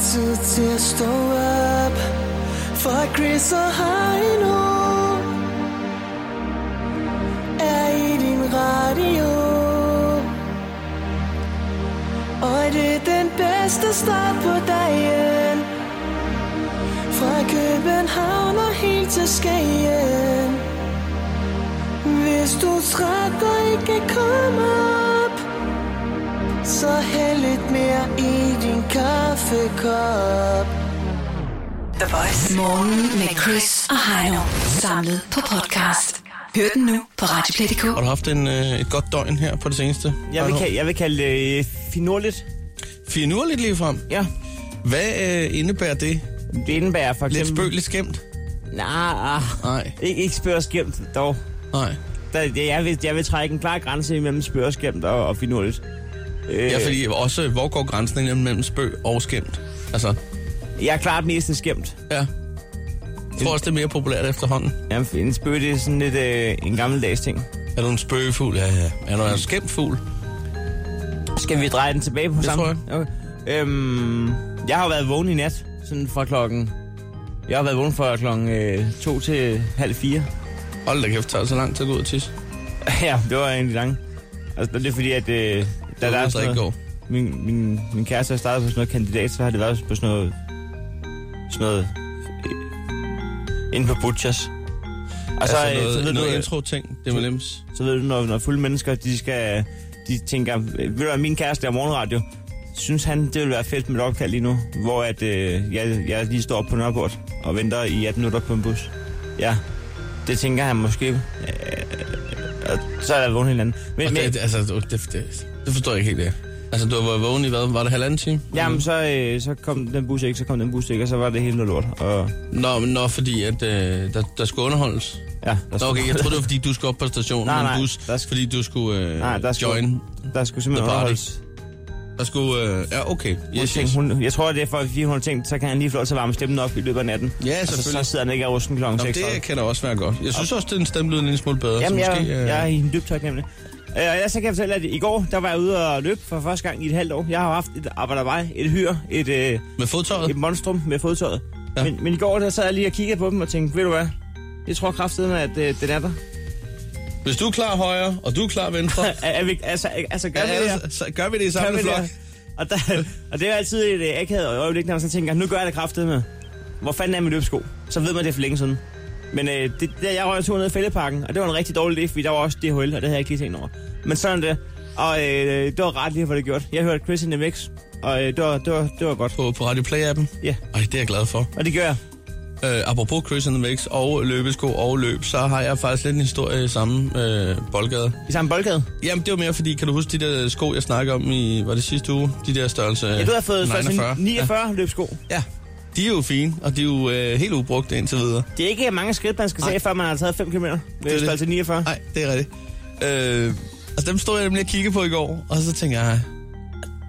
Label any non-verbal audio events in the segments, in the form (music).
tid til at stå op For Chris og Heino Er i din radio Og det er den bedste start på dagen Fra København og helt til Skagen Hvis du er træt og ikke kan komme op Så hæld lidt mere i din kaffekop The Voice. Morgen med Chris og Heino. Samlet på podcast. Hør den nu på Radioplay.dk. Har du haft en, øh, et godt døgn her på det seneste? Jeg vil, kalde, jeg vil kalde det øh, finurligt. Finurligt lige frem. Ja. Hvad øh, indebærer det? Det indebærer for Lidt eksempel... spøg, lidt skæmt? Nej, ah, Nej, ikke, ikke spørg og skæmt, dog. nej. Der, det- jeg, vil, jeg vil trække en klar grænse imellem spørg og skæmt og, og finurligt. Øh, Ja, fordi også, hvor går grænsen egentlig mellem spøg og skæmt? Altså, Jeg er klart mest en skæmt. ja. Jeg tror også, det er mere populært efterhånden. Jamen, en spøg, det er sådan lidt øh, en gammeldags ting. Er du en spøgefugl? Ja, ja. Er Mm. du en skæmt fugl? Skal vi dreje den tilbage på det samme? tror Okay. Øhm, jeg har jo været vågen i nat, sådan fra klokken... Jeg har været vågen fra klokken øh, 2 til halv 4. Hold da kæft, tager det så lang tid at gå ud og tisse. (laughs) ja, det var egentlig langt. Altså, det er fordi, at... Øh, der, der Det ved er jeg sådan altså ikke går. noget- min, min, min kæreste har startet på sådan noget kandidat, så har det været på sådan noget... Sådan noget... øh, Inde på Butchers. Og så, Altså, øh, så, ved noget, noget du, intro-ting, det med lems. så ved du, når, når fulde mennesker, de skal... De tænker, øh, ved du hvad, min kæreste er morgenradio. Synes han, det ville være fedt med et opkald lige nu, hvor at, øh, jeg, jeg lige står op på Nørreport og venter i 18 minutter på en bus. Ja, det tænker han måske. Øh, og så er der vågen hinanden. Men, Og men- det, altså, det, det, det, det forstår jeg ikke helt, det. Altså, du har været vågen i hvad? Var det halvanden time? Jamen, så, øh, så kom den bus ikke, så kom den bus ikke, og så var det hele noget lort. Og, Nå, men nå fordi at, øh, der, der skulle underholdes. ja, der Nå, okay, jeg troede, det var, fordi du skulle op på stationen Nej, nej, med nej, en bus, der skal- fordi du skulle øh, Nej, der skal- join. der skulle simpelthen The party. underholdes. Der skulle... Øh, ja, okay. Hun Yes, yes. tænkte, hun, jeg tror, det er for, fordi hun har tænkt, så kan han lige få lov til at varme stemmen op i løbet af natten. Ja, altså, så selvfølgelig. sidder han ikke af rusten kl. Nå, 6. det kan da også være godt. Jeg synes også, den stemte lyder en lille smule bedre. Jamen, så jeg, måske, øh, jeg er i en dyb taknemmelig. Øh, og jeg så kan jeg fortælle, at i går, der var jeg ude og løbe for første gang i et halvt år. Jeg har jo haft et arbejdervej, et hyr, et, øh, Med fodtøjet? et monstrum med fodtøjet. Ja. Ja. Men, men i går, der sad jeg lige og kiggede på dem og tænkte, ved du hvad, jeg tror kraftedeme, at øh, den er der. (laughs) Hvis du er klar højre, og du er klar venstre, Er, er vi, altså, altså, gør ja, vi det her? ellers, så gør vi det i Gør samme vi det? flok. Og, der, og det er jo altid et øh, akavet øjeblik, når man så tænker, nu gør jeg det kraftet med. Hvor fanden er min løbsko? Så ved man det for længe siden. Men øh, det, der, jeg røg en tur ned i fældeparken, og det var en rigtig dårlig idé, fordi der var også DHL, og det havde jeg ikke lige tænkt over. Men sådan er det. Og øh, det var ret lige, hvad det gjort. Jeg hørte Chris in the Mix, og øh, det, var, det, var, det var godt. På, på Radio Play-appen? Ja. Ej, det er jeg glad for. Og det gør jeg. Øh, apropos Chris and the Mix og løbesko og løb, så har jeg faktisk lidt en historie i samme øh, boldgade. I samme boldgade. Jamen, det var mere fordi, kan du huske de der sko, jeg snakkede om i, var det sidste uge? De der størrelse øh, Ja, du har fået 49, 49. 49 ja. løbsko. Ja. ja. De er jo fine, og de er jo øh, helt ubrugte indtil videre. Det er ikke mange skridt, man skal Nej. tage, før man har taget 5 km. er Det er det. størrelse 49. Nej, det er rigtigt. Øh, altså, dem stod jeg nemlig og kiggede på i går, og så tænkte jeg,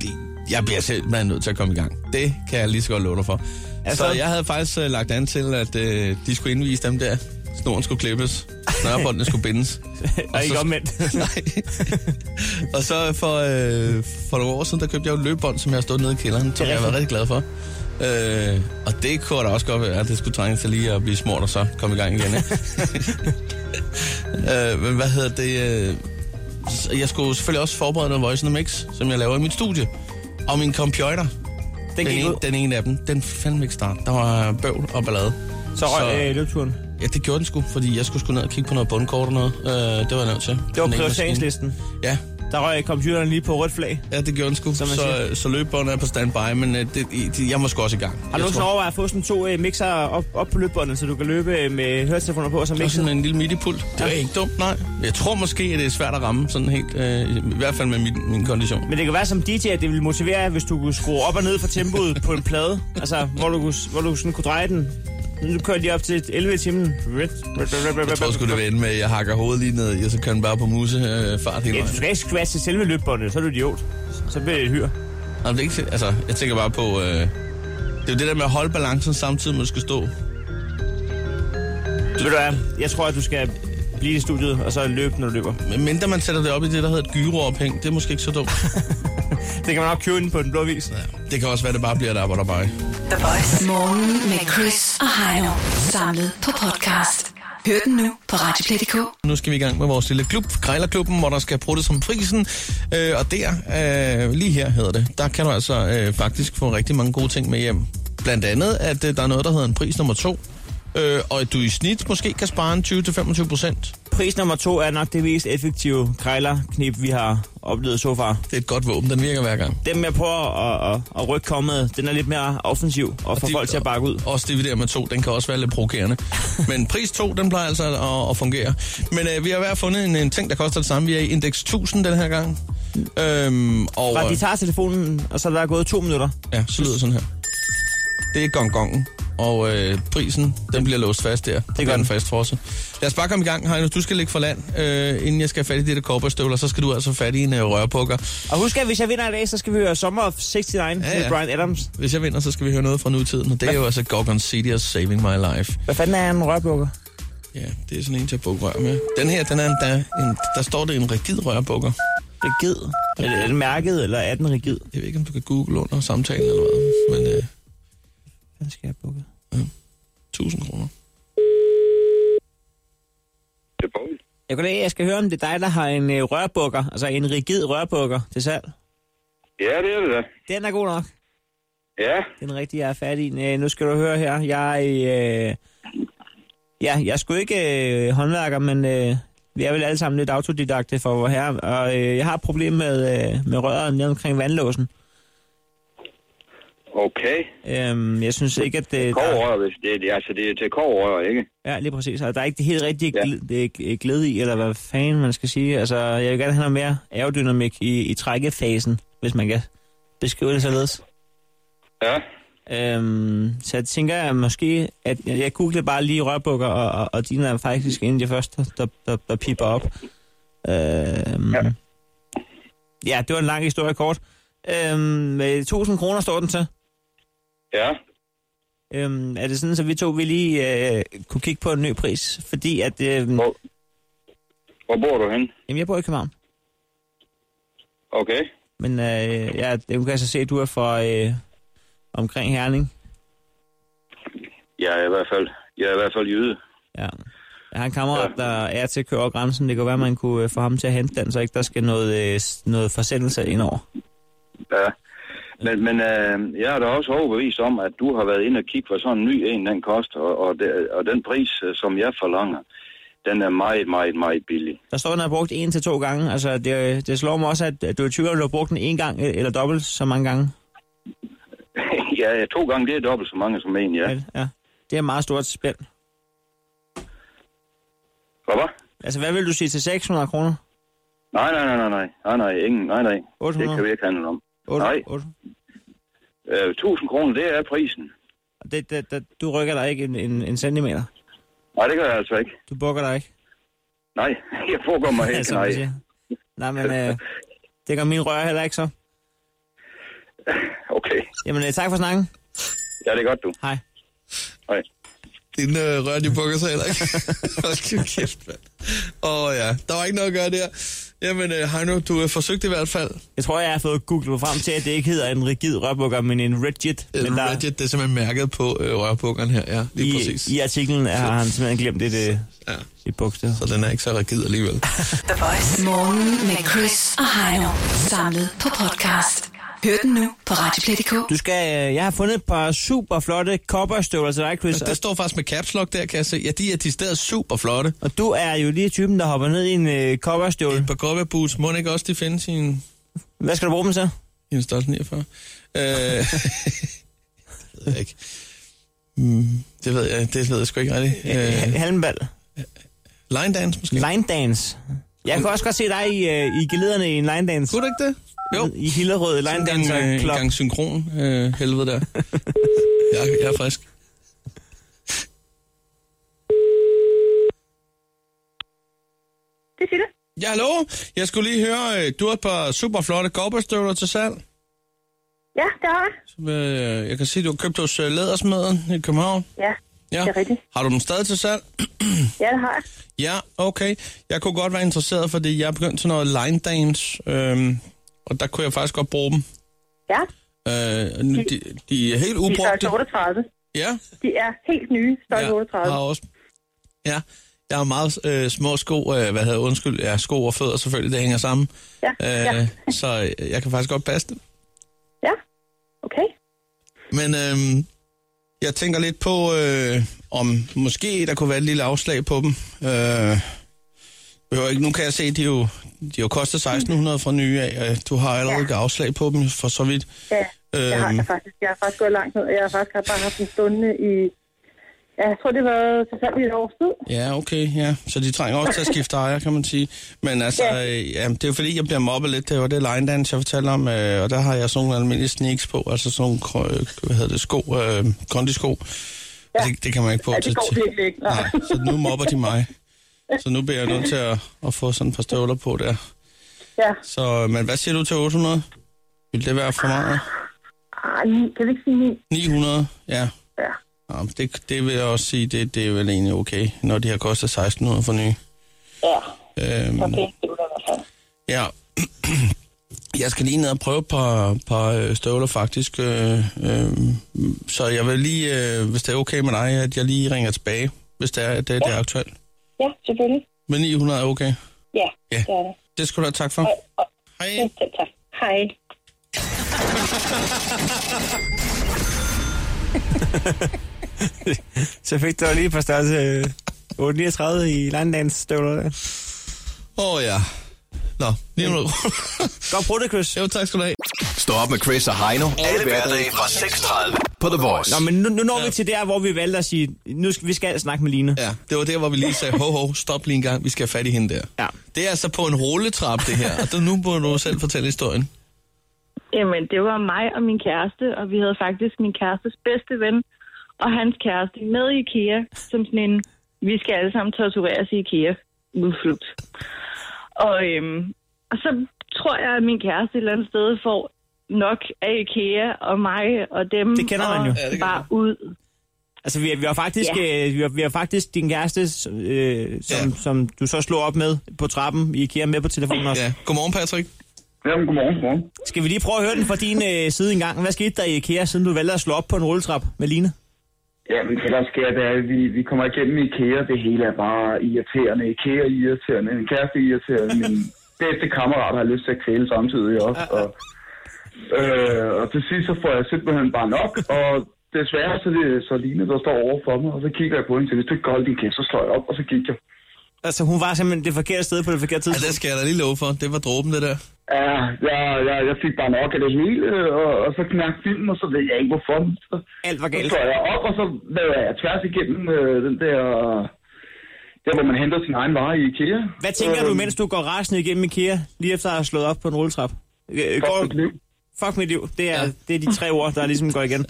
det- jeg bliver simpelthen nødt til at komme i gang. Det kan jeg lige så godt love dig for. Altså, Altså- så jeg havde faktisk øh, lagt an til, at øh, de skulle indvise dem der. Snoren skulle klippes, snørbåndene skulle bindes. (laughs) Og ikke så- omvendt. Nej. (laughs) og så for, øh, for nogle år siden, der købte jeg jo et løbebånd, som jeg har stået nede i kælderen, som jeg var rigtig glad for. Øh, og det kunne da også godt være, at det skulle trænge til lige at blive smurt og så komme i gang igen. ikke? øh, men hvad hedder det? øh, så Jeg skulle selvfølgelig også forberede noget Voice in the Mix, som jeg laver i mit studie. Og min computer, Den den, gik ene, ud. den ene af dem, den fandme ikke start. Der var bøvl og ballade. Så røg øh, løbeturen. Ja, det gjorde den sgu, fordi jeg skulle sgu ned og kigge på noget bundkort og noget. Øh, det var jeg nødt til. Det var Den ene maskine. prioriteringslisten. Ja, Der røg computeren lige på rødt flag. Ja, det gjorde den sgu. Så, Som man så, siger. så løbebåndet er på standby, men øh, det, i- det, jeg må sgu også i gang. Har du jeg nogensinde tror, overvejet at få sådan to øh, mixer op, op på løbebåndet, så du kan løbe øh, med høretelefoner på, og så det er mixe? sådan en lille midi-pult. Det er ikke dumt, nej. Jeg tror måske, at det er svært at ramme sådan helt, øh, i hvert fald med min, min kondition. Men det kan være som DJ, at det ville motivere, jer, hvis du kunne skrue op og ned for tempoet på en plade. Altså, hvor du, kunne, hvor du sådan kunne dreje den. Nu kører jeg lige op til 11 i timen. Jeg tror sgu, det vil ende med, at jeg hakker hovedet lige ned, i, og så kører den bare på muse øh, fart hele Ja, du vejen. skal ikke scratche selve løbebåndet, så er du idiot. Så bliver det et hyr. Nå, det er ikke, altså, jeg tænker bare på... Øh, det er jo det der med at holde balancen samtidig med, at du skal stå. Ved du hvad, jeg tror, at du skal blive i studiet, og så løbe, når du løber. (laughs) Men mindre man sætter det op i det, der hedder et gyroophæng, det er måske ikke så dumt. det kan man nok købe inde på den blå vis. Ja. Det kan også være, det bare bliver der, hvor der bare The Voice. Morgen med Chris og Heino. Samlet på podcast. Hør den nu på Radioplay.dk. Nu skal vi i gang med vores lille klub, Grejlerklubben, hvor der skal bruges som prisen. Øh, og der, øh, lige her hedder det, der kan du altså øh, faktisk få rigtig mange gode ting med hjem. Blandt andet, at øh, der er noget, der hedder en pris nummer to. Øh, og at du i snit måske kan spare en 20-25 procent. Pris nummer to er nok det mest effektive krejlerknip, vi har oplevet så far. Det er et godt våben, den virker hver gang. Dem, jeg prøver at, at, at rykke kommet, den er lidt mere offensiv og får de- folk til at bakke ud. Også dividere med to, den kan også være lidt provokerende. Men pris 2, den plejer altså at, at fungere. Men øh, vi har hver fundet en, en ting, der koster det samme. Vi er i indeks 1000 den her gang. Øhm, og, Bare øh, de tager telefonen, og så er der gået to minutter. ja, så lyder det sådan her. Det er gongongen. Og øh, prisen, den bliver låst fast der. Det gør gør den den. fast for os. Lad os bare komme i gang, Heino. Du skal ligge for land, øh, inden jeg skal have fat i det der cowboystøvler. Så skal du altså have fat i en øh, rørpukker. Og husk, at hvis jeg vinder i dag, så skal vi høre Summer of 69 ja, ja. ja. med Brian Adams. Hvis jeg vinder, så skal vi høre noget fra nutiden. Og det er jo altså Gorgon City og Saving My Life. Hvad fanden er en rørbukker? Ja, det er sådan en til at bukke rør med. Den her, den er en, der, en, der står det en rigid rørbukker. Rigid. Er det, er det mærket, eller er den rigid? Jeg ved ikke, om du kan google under samtalen eller hvad, men øh, Hvad skal jeg bukke? 1000 kroner. Det er Poul. Jeg kan jeg skal høre, om det er dig, der har en øh, rørbukker, altså en rigid rørbukker til salg. Ja, det er det da. Den er god nok. Ja, Den rigtige, jeg er fat i. Øh, nu skal du høre her. Jeg, øh, ja, jeg er sgu ikke øh, håndværker, men øh, vi er vel alle sammen lidt autodidakte for vor herre. Og øh, jeg har et problem med, øh, med røret nede omkring vandlåsen. okay. Øhm, jeg synes ikke, at det... Der, Kovrør, hvis det, er- altså det er til kovrør, ikke? ja, lige præcis. Og der er ikke det helt rigtige Ja. gl- det er glæde i, eller hvad fanden man skal sige. Altså, jeg vil gerne have noget mere aerodynamik i, i trækkefasen, hvis man kan beskrive det således. Ja, Øhm, så jeg tænker at måske, at jeg, jeg googlede bare lige rørbukker, og, og, og dine er faktisk en af de første, der, der, der piper op. Øhm, ja. ja, det var en lang historie kort. Øhm, med 1000 kroner står den til. ja. Øhm, er det sådan, så vi to vi lige øh, kunne kigge på en ny pris? Fordi at, øh, jamen, Hvor, hvor bor du hen? jeg bor i København, Okay. men øh, ja, det kan jeg så se, at du er fra øh, omkring Herning. Jeg er i hvert fald, jeg er i hvert fald jyde. Ja. Jeg har en kammerat, der er til at køre over grænsen. Det kan være, man kunne øh, få ham til at hente den, så ikke der skal noget, øh, s- noget forsendelse ind over. Ja. Men, men øh, jeg er da også overbevist om, at du har været inde og kigge, hvad sådan en ny en den koster, og, og, det, og den pris, øh, som jeg forlanger, den er meget, meget, meget billig. (laughs) Der står, at den har brugt en til to gange. Altså, det, det slår mig også, at at du er i tvivl, om du har brugt den en gang øh, eller dobbelt så mange gange. ja, to gange, det er dobbelt så mange som en, ja. Er det? ja. Det er et meget stort spænd. Hvad var? Altså, hvad vil du sige til 600 kroner? Nej, nej, nej, nej, nej, nej, nej, ingen, nej, nej. Det 800? kan vi ikke handle om. Otte- Nej. otte- Øh, 1000 kroner, det er prisen. Det, det, det, du rykker dig ikke en, en, en centimeter. Nej, det gør jeg altså ikke. Du bukker dig ikke. Nej, (laughs) jeg foregår mig ikke, som man nej. siger. Nej, men øh, det gør min rør heller ikke så. Okay, Jamen, øh, tak for snakken. ja, det er godt, du. Hej. Hej. Din øh, rør, de bukker sig heller ikke. (laughs) Hold nu kæft, mand. Åh oh, ja, der var ikke noget at gøre der. Jamen, øh, Heino, du øh, forsøgte i hvert fald. Jeg tror, jeg har fået googlet mig frem til, at det ikke hedder en rigid rørbukker, men en rigid. Øh, men der, Rigid, det er simpelthen mærket på øh, rørbukkeren her, ja, lige præcis. I, I artiklen har han simpelthen glemt et, øh, Ja. et bogstav. Så den er ikke så rigid (laughs) alligevel. The Voice. Morgen med Chris og Heino. Samlet på podcast. Hør den nu på Radioplay.dk. Du skal, øh, jeg har fundet et par super flotte cowboystøvler til dig, Chris. Så det står faktisk med caps lock der, kan jeg se. Ja, de er decideret super flotte. Og du er jo lige typen, der hopper ned i en øh, cowboystøvle. Et par gobbe boots, må den ikke også de findes i en, Hvad skal du bruge dem til? i en størrelse 49? Øh, (laughs) det ved jeg ikke. Mm, det ved jeg, det ved jeg sgu ikke rigtigt. Øh, Øh. Halmbal. line dance måske? Line dance. Jeg kan også godt se dig i, øh, i gelederne i en line dance. Kunne du ikke det? Jo. I Hillerød Line en gang, Dancer øh, en Club. gang synkron øh, helvede der. jeg, jeg er frisk. Det siger det. Ja, hallo. Jeg skulle lige høre, øh, du har et par super flotte cowboystøvler til salg. Ja, det har jeg. Som, øh, Jeg kan se, du har købt hos øh, Lædersmeden i København. Ja, Ja. det er rigtigt. Har du dem stadig til salg? Ja, det har jeg. Ja, okay. Jeg kunne godt være interesseret, fordi jeg er begyndt til noget line dance. Øhm, og der kunne jeg faktisk godt bruge dem. Ja, Øh, nu- de, de er helt de er ubrugte. størrelse 38. Ja, De er helt nye, størrelse jeg 38. har også. Ja, jeg har meget øh, små sko, øh, hvad hedder undskyld, ja, sko og fødder selvfølgelig, det hænger sammen. Ja, ja, Øh, så øh, jeg kan faktisk godt passe det. ja. Okay. Men øh, jeg tænker lidt på, øh, om måske der kunne være et lille afslag på dem. Øh, behøver ikke, nu kan jeg se, at de jo, de jo koster 1600 fra nye af. og Du har allerede ja. afslag på dem for så vidt. Ja, jeg har, Øhm. jeg, faktisk, jeg har faktisk gået langt ned, og jeg har faktisk bare haft en stunde i... Ja, jeg tror, det var tilfældigt et års tid. Ja, okay, ja. Så de trænger også til at skifte ejer, kan man sige. Men altså, ja. Ja. Øh, jamen, det er jo fordi, jeg bliver mobbet lidt. Det var det line dance, jeg fortalte om, øh, og der har jeg sådan nogle almindelige sneaks på, altså sådan nogle, krø- øh, hvad hedder det, sko, øh, kondisko. Ja. Det, det kan man ikke på Ja, til- det går til- virkelig ikke. Nej, så nu mobber de mig. Så nu bliver jeg nødt til at, at få sådan et par støvler på der. Ja. Så, øh, men hvad siger du til 800? Vil det være for meget? Ah, ni, kan vi ikke sige ni? 900? Ja. Ja. ja men det, det vil jeg også sige, det, det er vel egentlig okay, når de har kostet 1600 for nye. Ja, Øhm, okay. Det kunne da være fint. Ja. (clears throat) Jeg skal lige ned og prøve et par, par øh, støvler faktisk. Øh, øh, så jeg vil lige, øh, hvis det er okay med dig, at jeg lige ringer tilbage, hvis det er, at det, det er aktuelt. Ja, selvfølgelig. Men 900 er okay. Ja, Ja. det er det. Det skal du have tak for. Hej. Selv tak. Hej. Så fik du lige et par størrelse øh, 8,39 i Landlands støvler der. Åh oh, ja. Nå, 900. Godt brugt det, Chris. (laughs) jo, tak skal du have. Stå op med Chris og Heino. Alle hverdage fra 6.30 på The Voice. Nå, men nu, nu når vi til der, hvor vi valgte at sige, nu skal, vi skal snakke med Line. Ja, det var der, hvor vi lige sagde, ho, ho, stop lige en gang, vi skal have fat i hende der. Ja. Det er altså på en rulletrap, det her. Og det, nu må du selv fortælle historien. Jamen, det var mig og min kæreste, og vi havde faktisk min kærestes bedste ven og hans kæreste med i IKEA, som sådan en, vi skal alle sammen tortureres i IKEA udflugt. Og, øhm, og så tror jeg, at min kæreste et eller andet sted får nok af IKEA og mig og dem. Det kender man jo. og Ja, det kender bare ud. Altså, vi, vi har faktisk, Ja. øh, vi har, vi har faktisk din kæreste, øh, som, Ja. ja. som du så slog op med på trappen i IKEA med på telefonen også. Ja. Ja. Godmorgen, Patrick. Jamen, godmorgen, godmorgen. Skal vi lige prøve at høre den fra din øh, side en gang? Hvad skete der i IKEA, siden du valgte at slå op på en rulletrap med Line? Jamen, det der sker, det er, at vi, vi kommer igennem IKEA. Det hele er bare irriterende. IKEA er irriterende. Min kæreste er irriterende. Min bedste kammerat har lyst til at kvæle samtidig også. Og, øh, og til sidst så får jeg simpelthen bare nok. Og desværre så er det så Line, der står over for mig. Og så kigger jeg på hende til, hvis du ikke kan holde din kæft, så slår jeg op. Og så gik jeg. Altså, hun var simpelthen det forkerte sted på det forkerte Ja, det tidspunkt. skal jeg da lige love for. Det var dråben, det der. Ja, jeg, jeg, jeg fik bare nok af det hele. øh, Og, og så knæk filmen, og så ved jeg ikke hvorfor. Så, Alt var Så galt. står jeg op, og så laver jeg tværs igennem øh, den der... Der, hvor man henter sin egen vare i IKEA. Hvad tænker Øhm. du, mens du går rasende igennem IKEA, lige efter at have slået op på en rulletrap? Øh, Fuck Går, mit liv. fuck mit liv. Det er, det er de tre ord, der ligesom går igen.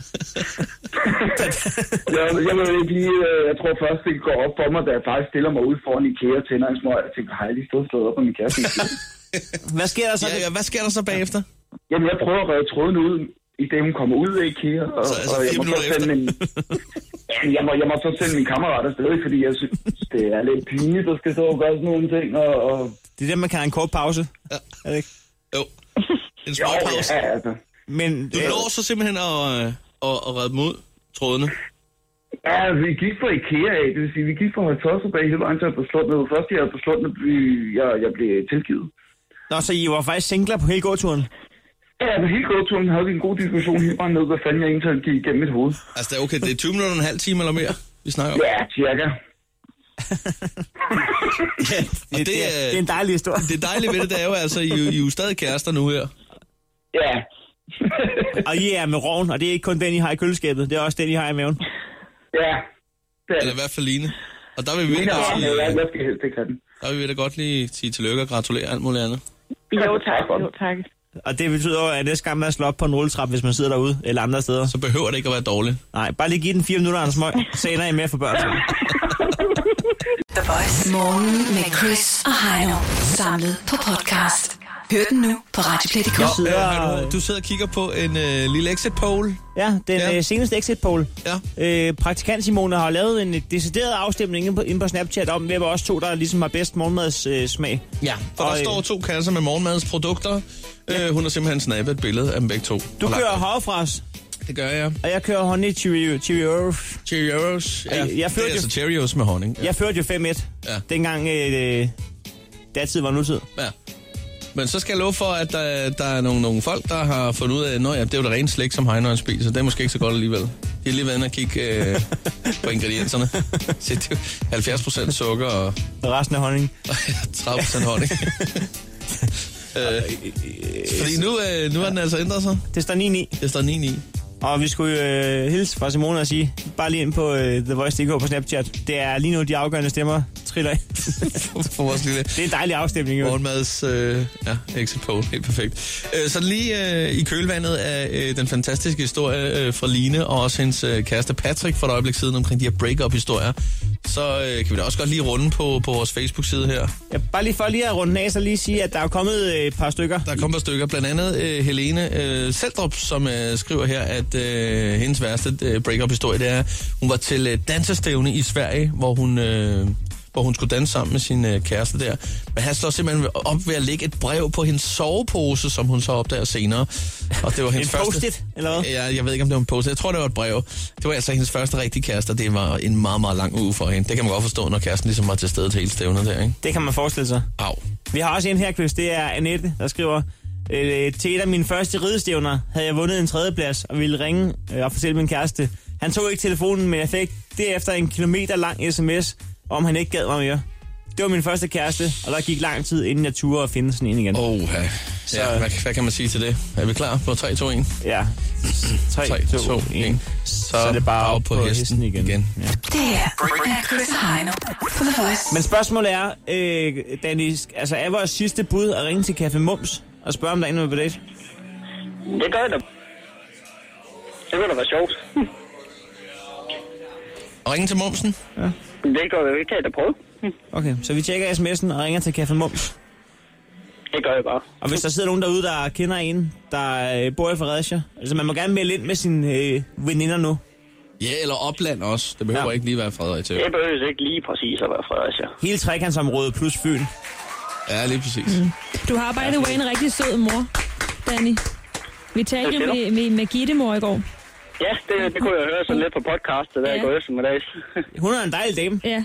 Jeg, jeg ved ikke lige... øh, Jeg tror først, det går op for mig, da jeg faktisk stiller mig ud foran IKEA og tænder en smøg. Jeg tænker, har jeg lige stået og slået op på min kæreste? i (laughs) IKEA?" Hvad sker der så? Ja, ja, hvad sker der så bagefter? Jamen, jeg prøver at redde tråden ud, i det hun kommer ud af IKEA. Og, Så altså og jeg fire må så minutter sende min, Jamen, jeg, må, jeg må så sende min kammerat afsted, fordi jeg synes, det er lidt pinligt, at skal stå og gøre sådan nogle ting. Og, og Det er det, man kalder en kort pause. Ja. Er det ikke? Jo. En jo, småpause. ja, altså. Men Du øh, lå så simpelthen og, øh, og, og redde dem ud, trådene. Ja, altså, vi gik fra IKEA af, det vil sige, vi gik fra Højtosser bag hele vejen til at beslå med. Først jeg havde beslået med, jeg, jeg blev tilgivet. Nå, så I var faktisk singler på hele gåturen. Ja, på hele gåturen havde vi en god diskussion hele vejen ned, hvad fanden jeg egentlig gik igennem mit hoved. Altså, det er okay, det er 20 minutter og en halv time eller mere, vi snakker om. Ja, cirka. Ja, og det, det, er, det er det, en dejlig historie. det dejlige ved det, det er jo altså, I, er jo- I er jo stadig kærester nu her. Ja. (laughs) Og I er med roven, og det er ikke kun den, I har i køleskabet. Det er også den, I har i maven. ja. Det er Eller i det. hvert fald Line. Og der vil vi, Mine da, arme, sige, jeg- jeg skal helst ikke have den. der vil vi da godt lige sige tillykke og gratulere og alt muligt andet. Jo tak, jo tak. Og det betyder jo, at næste gang man slår op på en rulletrap, hvis man sidder derude eller andre steder. Så behøver det ikke at være dårligt. Nej, bare lige give den fire minutter, Anders Møg. Så ender I med for børn. The Voice. Morgen med Chris og Heino. Samlet på podcast. Hør den nu på Radioplay.dk. Nå, sidder- øh, har du, du sidder og kigger på en øh, lille exit poll. Ja, den Ja. ja. Øh, seneste exit poll. Ja. Øh, praktikant Simone har lavet en øh, decideret afstemning inde på, inde på Snapchat om, hvem af os to, der ligesom har bedst morgenmadssmag. Øh, smag. Ja. Og, Og, der øh, står to kasser med morgenmadsprodukter. Ja. Øh, hun har simpelthen snappet et billede af dem begge to. du Og lagt kører det. højre fra os, Det gør jeg. og jeg kører honey Cheerio. Cheerio. Cheerios. Ja. Jeg- jeg det følte er jo- altså Cheerios med honning. Jeg førte jo 5-1, Ja. ja. dengang øh, øh, datid var nutid. Ja. Men så skal jeg love for, at der, der er nogle, nogle folk, der har fundet ud af, at ja, det er jo det rene slik, som Heino han spiser. Det er måske ikke så godt alligevel. De har lige været inde og kigge øh, på (laughs) ingredienserne. Se, det er jo 70 procent sukker og Og resten af honning. 30 procent (laughs) honning. øh, fordi nu, øh, nu har den altså ændret sig. Det står 9-9. Det står (laughs) 9 i. Og vi skulle jo, øh, hilse fra Simone og sige, bare lige ind på øh, The Voice.dk på Snapchat. Det er lige nu de afgørende stemmer triller ind. (laughs) For vores lille Det er en dejlig afstemning, jo. morgenmads øh, ja, exit poll. Helt perfekt. Øh, så lige øh, i kølvandet af øh, den fantastiske historie øh, fra Line og også hendes øh, kæreste Patrick for et øjeblik siden omkring de her break-up-historier, så øh, kan vi da også godt lige runde på, på vores Facebook-side her. Ja, bare lige for lige at runde den af, så lige sige, at der er kommet øh, et par stykker. Der kommer et stykker, blandt andet øh, Helene øh, Seldrup, som øh, skriver her, at øh, hendes værste øh, break-up-historie, det er, hun var til øh, dansestævne i Sverige, hvor hun... Øh, hvor hun skulle danse sammen med sin øh, kæreste der. Men han slår simpelthen op ved at lægge et brev på hendes sovepose, som hun så opdager senere. Og (laughs) det var hendes En første... post-it, eller hvad? Ja, jeg ved ikke, om det var en post. Jeg tror, det var et brev. Det var altså hendes første rigtige kæreste, og det var en meget, meget lang uge for hende. Det kan man godt forstå, når kæresten ligesom var til stede til hele stævnet der, ikke? Det kan man forestille sig. Au. Vi har også en her, Chris. Det er Annette, der skriver... Øh, til et af mine første ridestævner havde jeg vundet en tredjeplads og ville ringe øh, og fortælle min kæreste. Han tog ikke telefonen, men jeg fik derefter en kilometer lang sms, om han ikke gad mig mere. Det var min første kæreste, og der gik lang tid, inden jeg turde at finde sådan en igen. Oh. Åh, ja. ja, hvad, hvad kan man sige til det? Er vi klar på 3, 2, 1? Ja. 3, Tre, 3 2, to, 2, 1. en. Så, så er det bare op på, på hesten, hesten igen. igen. Det her er Chris og Heino på The Voice. Men spørgsmålet er, øh, Danny, sk- altså er vores sidste bud at ringe til Café Mums og spørge, om der er en der vil på date? Det gør jeg da. Det kunne da være sjovt. Og ringe til Momsen. Det gør jeg ikke, kan jeg da prøve. Okay, så vi tjekker sms'en og ringer til Café Mums. Det gør jeg bare. Og hvis der sidder nogen derude, der kender en, der øh, bor i Fredericia, altså man må gerne melde ind med sine øh, veninder nu. Ja, eller opland også. Det behøver ja. Ja. ikke lige være Frederik til. Det behøver ikke lige præcis at være Fredericia. Hele trekantsområdet plus Fyn. Ja, lige præcis. Mm. Du har by the way en rigtig sød mor, Danny. Vi talte jo med, med, med Gitte mor i går. Ja, det, det kunne jeg høre sådan lidt på podcastet der Ja. i går (laughs) eftermiddags. Hun er en dejlig dame, Ja,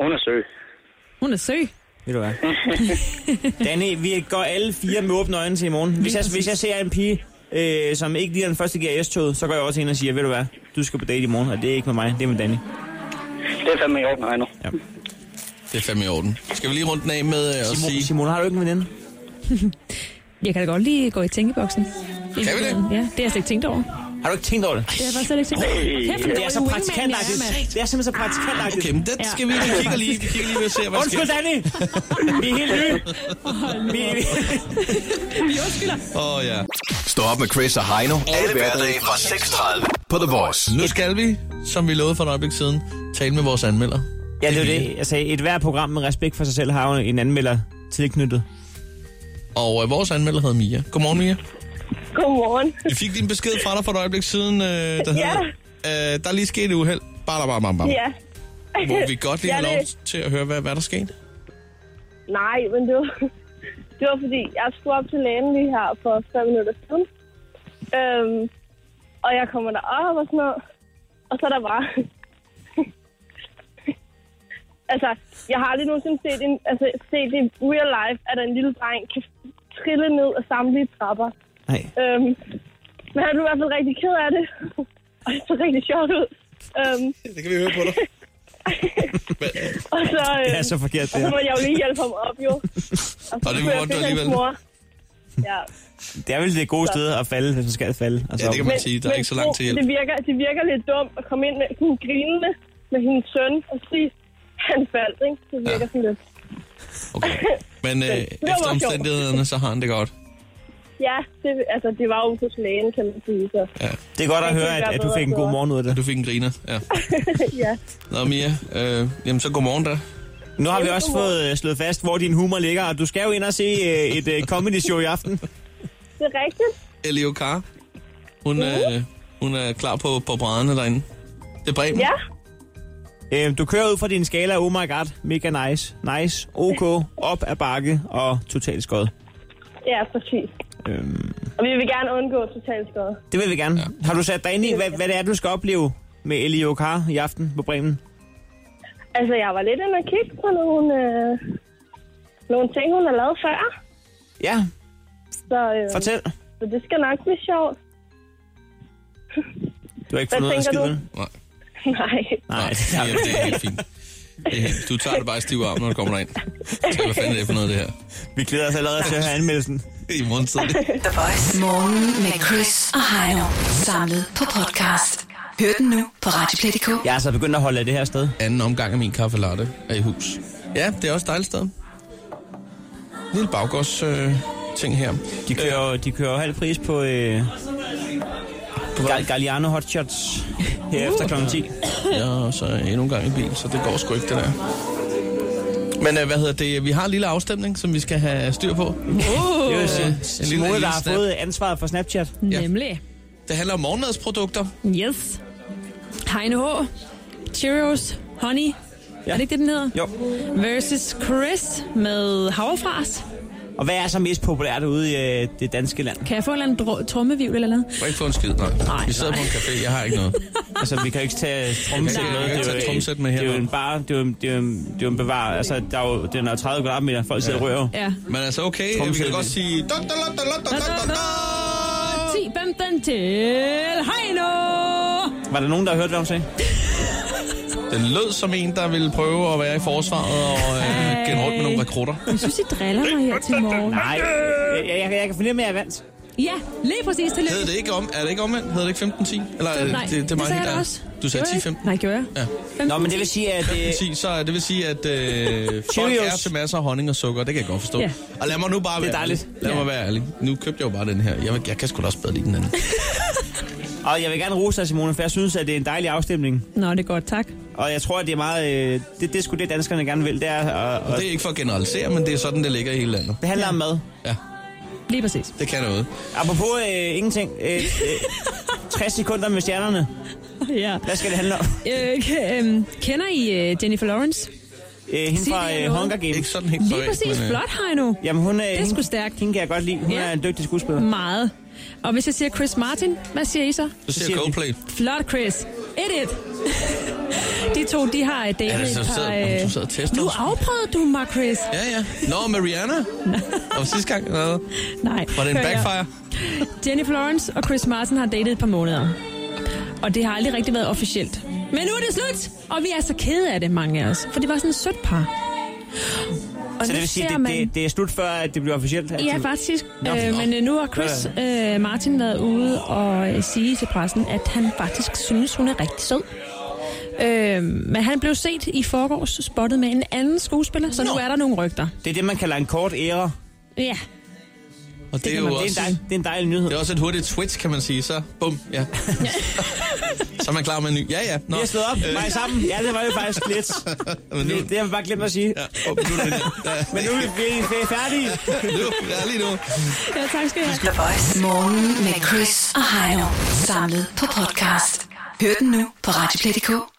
Hun er sød. hun er søg. ved du hvad. Danny, vi går alle fire med åbne øjne til i morgen. Hvis jeg, hvis jeg ser en pige, øh, som ikke ligner den første GRS-toget, så går jeg over til hende og siger, ved du hvad, du skal på date i morgen, og det er ikke med mig, det er med Danny. Det er fandme i orden, Heino. Det er fandme i orden. Skal vi lige runde den af med øh, at Simon, sige... Simon, har du ikke en veninde? Jeg kan da godt lige gå i tænkeboksen. Kan vi det? Ja, det har jeg slet ikke tænkt over. Har du ikke tænkt over det? Det har jeg bare slet ikke tænkt over. Kæft, en Det altså er så dårlig wingman, jeg praktikantagtigt. er, mand. Det er simpelthen så praktikantagtigt. Okay, men den Ja. skal vi lige kigge lige, vi kigger lige ved at se, hvad der Undskyld, sker. Danny! Vi er helt (laughs) nye. Vi, Vi undskylder. Åh, oh, ja. Stå op med Chris og Heino. Alle hverdage fra 6.30 på The Voice. Nu skal vi, som vi lovede for et øjeblik siden, tale med vores anmelder. ja, det er jo det. Jeg sagde, et hvert program med respekt for sig selv har jo en anmelder tilknyttet. Og øh, vores anmelder hedder Mia. Godmorgen, Mia. Godmorgen. Vi fik din besked fra dig for et øjeblik siden, øh, der Ja. hedder... Øh, der er lige sket et uheld. Bare, bare, bare, bare. Ja. Hvor vi godt (laughs) lige Ja, har lov det- til at høre, hvad, hvad der skete. Nej, men det var, (laughs) det var fordi, jeg skulle op til lægen lige her for fem minutter siden. Øhm, og jeg kommer derop og sådan noget. Og så er der bare... (laughs) altså, jeg har aldrig nogensinde set, en, altså, set i real life, at en lille dreng kan trille ned af samtlige trapper. Nej. Øh, Øhm, men han blev i hvert fald rigtig ked af det. (laughs) og det så rigtig sjovt ud. Øhm, Det kan vi høre på (laughs) dig. og så, øh, Det er så forkert, Og (laughs) det så her. måtte jeg jo lige hjælpe ham op, jo. Og, så Og det kunne jeg måtte du finde hans alligevel. Mor. (laughs) Ja, Det er vel det gode sted at falde, hvis man skal falde. Altså, Ja, det kan man sige. Der er ikke så langt til hjælp. Det virker, det virker lidt dumt at komme ind med sådan grinende med hendes søn og sige, han faldt, ikke? Det virker ja. sådan lidt. Okay. Men øh, var efter sjovt. omstændighederne, så har han det godt. Ja, det, altså, det var jo hos lægen, kan man sige. Så. (laughs) det er godt at høre, at, at du fik en god morgen ud af det. Du fik en griner, ja. ja. Nå, Mia, øh, jamen så godmorgen da. Nu har vi også fået øh, slået fast, hvor din humor ligger, og du skal jo ind og se øh, et øh, comedy show i (laughs) aften. Det er rigtigt. Elio Carr. Mhm. Hun, er, hun er klar på, på brædderne derinde. Det er Bremen. Ja. Øh, du kører ud fra din skala, oh my god, mega nice, nice, ok, op ad bakke og totalt skod. Ja, præcis. Øhm, Og vi vil gerne undgå totalt skade. det vil vi gerne. Ja. Har du sat dig ind i, hvad, hvad det er, du skal opleve med Elio Carr i aften på Bremen? Altså, jeg var lidt inde og kigge på nogle, øh, nogle ting, hun har lavet før. Ja, Så, øh, fortæl. Så det skal nok blive (laughs) sjovt. Du har ikke Hvad fundet tænker noget af du? skiden? Nej. Nej. Nej, det har vi Jamen, det er helt fint. Det er helt- Du tager det bare i stiv arm, når du kommer derind. Så hvad fanden er det for noget, det her? Vi glæder os allerede til at høre anmeldelsen. I morgen tidlig. The Voice. Morgen med Chris og Heino. Samlet på podcast. Hør den nu på Radioplay.dk. Jeg er altså begyndt at holde af det her sted. Anden omgang af min kaffe latte er i hus. Ja, det er også et dejligt sted. Lille baggårds øh, ting her. De kører, øh. de kører jo halv pris på, øh, på Gal- Galliano Hotshots her efter kl. 10. Øh, Ja, og så endnu en gang i bil, så det går sgu ikke, det der. Men øh, hvad hedder det? Vi har en lille afstemning, som vi skal have styr på. Det er jo Øh, Sim- en Simone, der har snap. fået ansvaret for Snapchat. Ja. Nemlig. Det handler om morgenmadsprodukter. Yes. Heine H. Cheerios. Honey. Ja. Er det ikke det, den hedder? Jo. Versus Chris med havrefras. Og hvad er så mest populært ude i øh, det danske land? Kan jeg få en eller anden dro- trommevivl eller noget? Du kan ikke få en skid, nej. Nej, vi sidder nej. på en café, jeg har ikke noget. Altså, vi kan jo ikke tage trommesæt Nej. med. Vi kan ikke Det er tage jo trommesæt en- med Det er jo hernede. en bar, det er jo, en- det er jo, en- det er jo en bevar. Altså, der er jo, den er jo 30 kvadratmeter, folk sidder og rører. jo. Ja. Men altså okay, vi kan Tromsæt. da godt sige... Da, da, da, da, da, da, da, da. 10-15 til Heino! Var der nogen, der har hørt, hvad hun sagde? Det lød som en, der ville prøve at være i forsvaret og øh, gen rundt med nogle rekrutter. Jeg synes, I driller mig her til morgen. Nej, jeg, jeg, jeg, jeg kan fornemme, at jeg vandt. Ja, lige præcis. Tillykke. Hed det ikke om, er det ikke omvendt? Hed det ikke 15-10? Eller øh, Nej, det, det, er mig sagde helt jeg da ærligt. også. Du sagde Gjorde jeg ikke? 10-15? Nej, gjorde jeg? Ja. 15. Nå, men det vil sige, at... Øh, 10, så øh, det vil sige, (laughs) at øh, folk Cheerios. er til masser af honning og sukker. Det kan jeg godt forstå. Ja. Og lad mig nu bare Det er være ærlig. dejligt. Lad Ja. mig være ærlig. Nu købte jeg jo bare den her. Jeg, jeg kan sgu da også bedre lide den anden. og jeg vil gerne rose dig, Simone, for jeg synes, at det er en dejlig afstemning. Nå, det er godt, tak. Og jeg tror, at det er meget... Øh, det, det er sgu det, danskerne gerne vil. Det, er, og, og Det er ikke for at generalisere, men det er sådan, det ligger i hele landet. det handler om mad. Lige præcis. Det kan noget. Apropos øh, ingenting. Øh, øh, 60 sekunder med stjernerne. Ja. Hvad skal det handle om? Øh, k- øhm, kender I øh, Jennifer Lawrence? Øh, hende Sig fra lige øh, noget. Hunger Ikke Games. sådan helt Lige privat, præcis. men, øh, Flot, Heino. Jamen, hun, øh, Det er hende, sgu stærkt. hende kan jeg godt lide. Hun Ja. Mm. er en dygtig skuespiller. Meget. Og hvis jeg siger Chris Martin, hvad siger I så? Så siger siger jeg vi- Coldplay. Flot, Chris. Et et. (laughs) de to, de har øh, Ja, datet så et par... sidder- øh, du sidder og tester Nu os. afprøvede du mig, Chris. Ja, ja. Nå, med (laughs) Rihanna. Og sidste gang, hvad? Nej. var det en hør her. backfire? Jennifer Lawrence og Chris Martin har datet et par måneder. Og det har aldrig rigtig været officielt. Men nu er det slut, og vi er så kede af det, mange af os. For det var sådan et sødt par. Og Så nu det vil sige, ser det, det, det er slut før, at det bliver officielt. Ja, Altså, faktisk. Nå, øh, nå. men øh, nu har Chris øh, Martin været ude og øh, sige til pressen, at han faktisk synes, hun er rigtig sød. Øh, men han blev set i forgårs spottet med en anden skuespiller, så nu er der nogle rygter. Det er det, man kalder en kort ære. Ja, Og det er jo kan man- Det er en, også... dejlig, det er en dejlig nyhed. Det er også et hurtigt switch, kan man sige. Så bum, (laughs) ja. så er man klar med en ny. Ja, ja. Nå. Vi har slået op, Øh, mig sammen. Ja, det var jo faktisk (laughs) lidt. men nu, Det, det har vi bare glemt at sige. ja, bum, nu er det, ja, (laughs) Men nu er vi- vi er færdige. nu, ja, lige nu. ja tak skal jeg have. The Voice. Morgen med Chris og Heino. Samlet på podcast. Hør den nu på Radioplay.dk.